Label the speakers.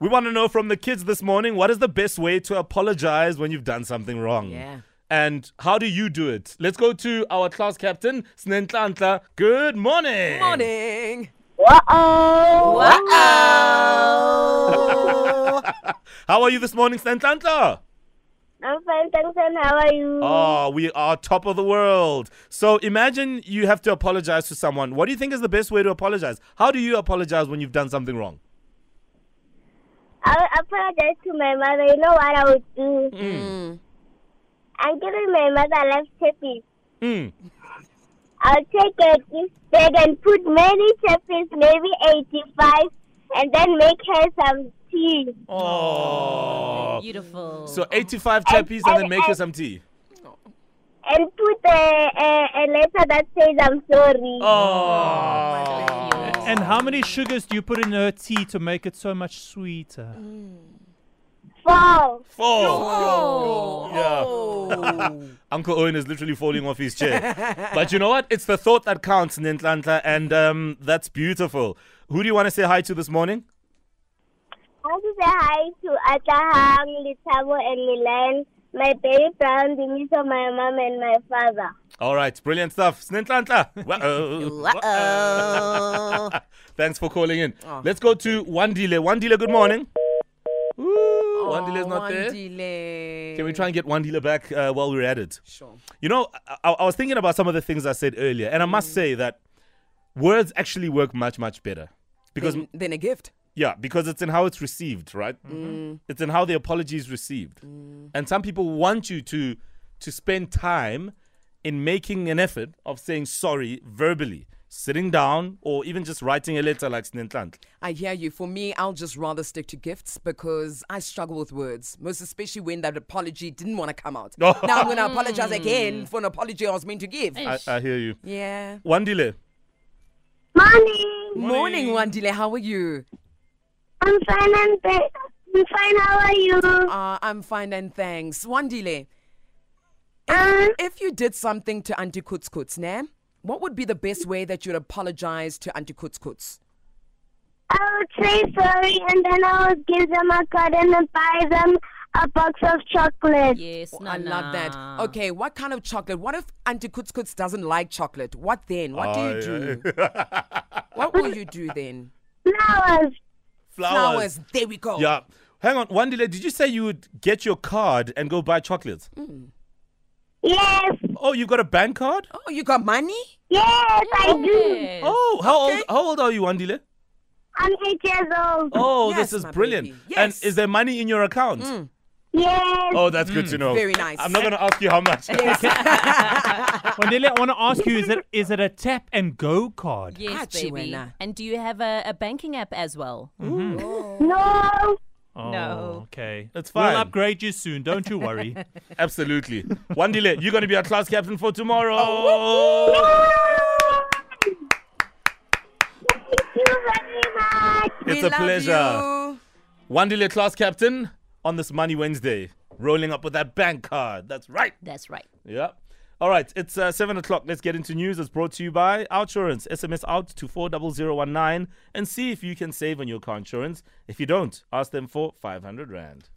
Speaker 1: We want to know from the kids this morning what is the best way to apologize when you've done something wrong?
Speaker 2: Yeah.
Speaker 1: And how do you do it? Let's go to our class captain, Snentlantla. Good morning.
Speaker 2: Morning.
Speaker 3: Uh-oh.
Speaker 2: Wow.
Speaker 1: How are you this morning, Snentlantla?
Speaker 3: I'm fine, thanks, and how are you?
Speaker 1: Oh, we are top of the world. So imagine you have to apologize to someone. What do you think is the best way to apologize? How do you apologize when you've done something wrong?
Speaker 3: I would apologize to my mother. You know what I would do? I'm giving my mother life chippies.
Speaker 1: Mm.
Speaker 3: I'll take a gift bag and put many chippies, maybe 85, and then make her some tea.
Speaker 1: Oh.
Speaker 2: Beautiful.
Speaker 1: So 85 chappies and then make you some tea.
Speaker 3: And put a, a, a letter that says I'm sorry.
Speaker 1: Oh.
Speaker 4: And how many sugars do you put in her tea to make it so much sweeter?
Speaker 3: Four.
Speaker 1: Four.
Speaker 2: Oh. Oh.
Speaker 1: Uncle Owen is literally falling off his chair. but you know what? It's the thought that counts, Nintlantla, and um, that's beautiful. Who do you want to say hi to this morning?
Speaker 3: I want to say hi to Atahang, Litabo, and Milan, my baby brown, Diniso, my mom, and my father.
Speaker 1: All right, brilliant stuff. Nintlantla. Wow.
Speaker 2: Uh-oh.
Speaker 1: Thanks for calling in. Let's go to Wandile. Wandile, good morning. Ooh, Wandile is not there.
Speaker 2: Wandile.
Speaker 1: Can we try and get Wandile back uh, while we're at it?
Speaker 2: Sure.
Speaker 1: You know, I, I- I was thinking about some of the things I said earlier, and I must say that words actually work much, much better. Because,
Speaker 2: Then, then a gift.
Speaker 1: yeah, because it's in how it's received, right? It's in how the apology is received. And some people want you to to spend time in making an effort of saying sorry verbally, sitting down, or even just writing a letter like Snentland.
Speaker 2: I hear you. For me, I'll just rather stick to gifts because I struggle with words, most especially when that apology didn't want to come out. now I'm going to apologize
Speaker 1: Mm.
Speaker 2: again for an apology I was meant to give.
Speaker 1: I, I hear you.
Speaker 2: Yeah.
Speaker 1: Wandile.
Speaker 3: Morning.
Speaker 2: Morning, Wandile. How are you?
Speaker 3: I'm fine, and ba- I'm fine. How are you?
Speaker 2: Uh, I'm fine and thanks. Wandile,
Speaker 3: Uh,
Speaker 2: if you did something to Auntie Kutz Kutz, ne? What would be the best way that you'd apologize to Auntie Kutz Kutz?
Speaker 3: I would say sorry, and then I would give them a card and then buy them a box of chocolate.
Speaker 5: Yes,
Speaker 2: Oh,
Speaker 5: no,
Speaker 2: I love that. Okay, what kind of chocolate? What if Auntie Kutz Kutz doesn't like chocolate? What then? What do you do? what will you do then?
Speaker 3: Flowers.
Speaker 2: Flowers. There we go.
Speaker 1: Yeah. Hang on, Wandile, did you say you would get your card and go buy chocolates?
Speaker 3: Yes.
Speaker 1: Oh, you've got a bank card?
Speaker 2: Oh, you got money?
Speaker 3: Yes, I do.
Speaker 1: Oh, how old how old are you, Wandile?
Speaker 3: I'm eight years old.
Speaker 1: Oh,
Speaker 2: Yes,
Speaker 1: this is
Speaker 2: my
Speaker 1: brilliant.
Speaker 2: baby. Yes. Mm.
Speaker 1: And is there money in your account?
Speaker 3: Yes.
Speaker 1: Oh, that's good to know.
Speaker 2: Very nice.
Speaker 1: I'm not going to ask you how much.
Speaker 4: Wandile, I want to ask you: Is it is it a tap and go card?
Speaker 5: Yes,
Speaker 2: Achi
Speaker 5: baby.
Speaker 2: wena.
Speaker 5: And do you have a, a banking app as well?
Speaker 3: No.
Speaker 4: Oh,
Speaker 5: No.
Speaker 4: Okay.
Speaker 1: That's fine.
Speaker 4: We'll upgrade you soon. Don't you worry.
Speaker 1: Absolutely. Wandile, you're going to be our class captain for tomorrow.
Speaker 2: Oh,
Speaker 1: Oh.
Speaker 3: Thank you very much.
Speaker 1: It's
Speaker 2: We
Speaker 1: a
Speaker 2: love
Speaker 1: pleasure.
Speaker 2: you.
Speaker 1: Wandile, class captain on this Money Wednesday, rolling up with that bank card. That's right.
Speaker 5: That's right.
Speaker 1: Yeah. All right, it's uh, 7 o'clock. Let's get into news. It's brought to you by Outsurance. SMS out to 40019 and see if you can save on your car insurance. If you don't, ask them for 500 Rand.